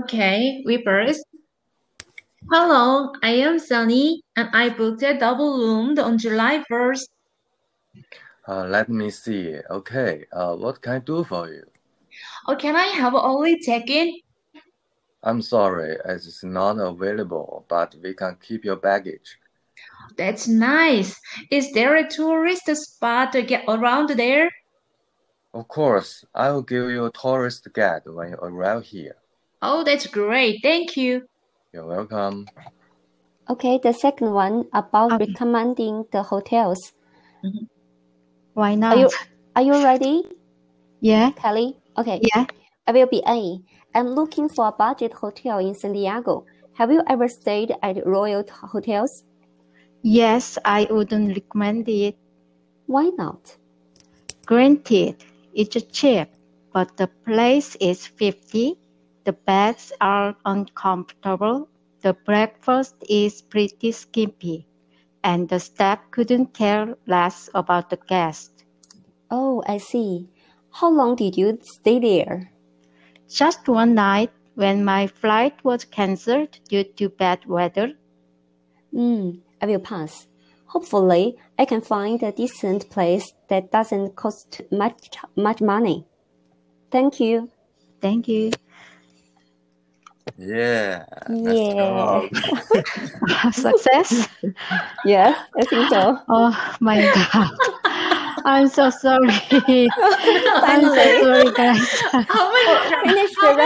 Okay, Vipers. Hello, I am Sunny and I booked a double room on July 1st. Uh, let me see. Okay, uh, what can I do for you? Oh, can I have only check-in? I'm sorry, it's not available, but we can keep your baggage. That's nice. Is there a tourist spot to get around there? Of course, I will give you a tourist guide when you arrive here. Oh, that's great. Thank you. You're welcome. Okay, the second one about Okay. recommending the hotels. Why Are you not? are you ready, Yeah, Kelly? Okay, yeah. I will be A. I'm looking for a budget hotel in San Diego. Have you ever stayed at Royal t- Hotels? Yes, I wouldn't recommend it. Why not? Granted, it's cheap, but the place is 50. The beds are uncomfortable. The breakfast is pretty skimpy. And the staff couldn't care less about the guests. Oh, I see. How long did you stay there? Just one night, when my flight was cancelled due to bad weather, Hmm, I will pass. Hopefully, I can find a decent place that doesn't cost much much money. Thank you. thank you. Yeah, nice Yeah. job. Success. Yes, I think so. Oh my god. I'm so sorry. I'm so Finally. sorry, guys. Oh my Finish the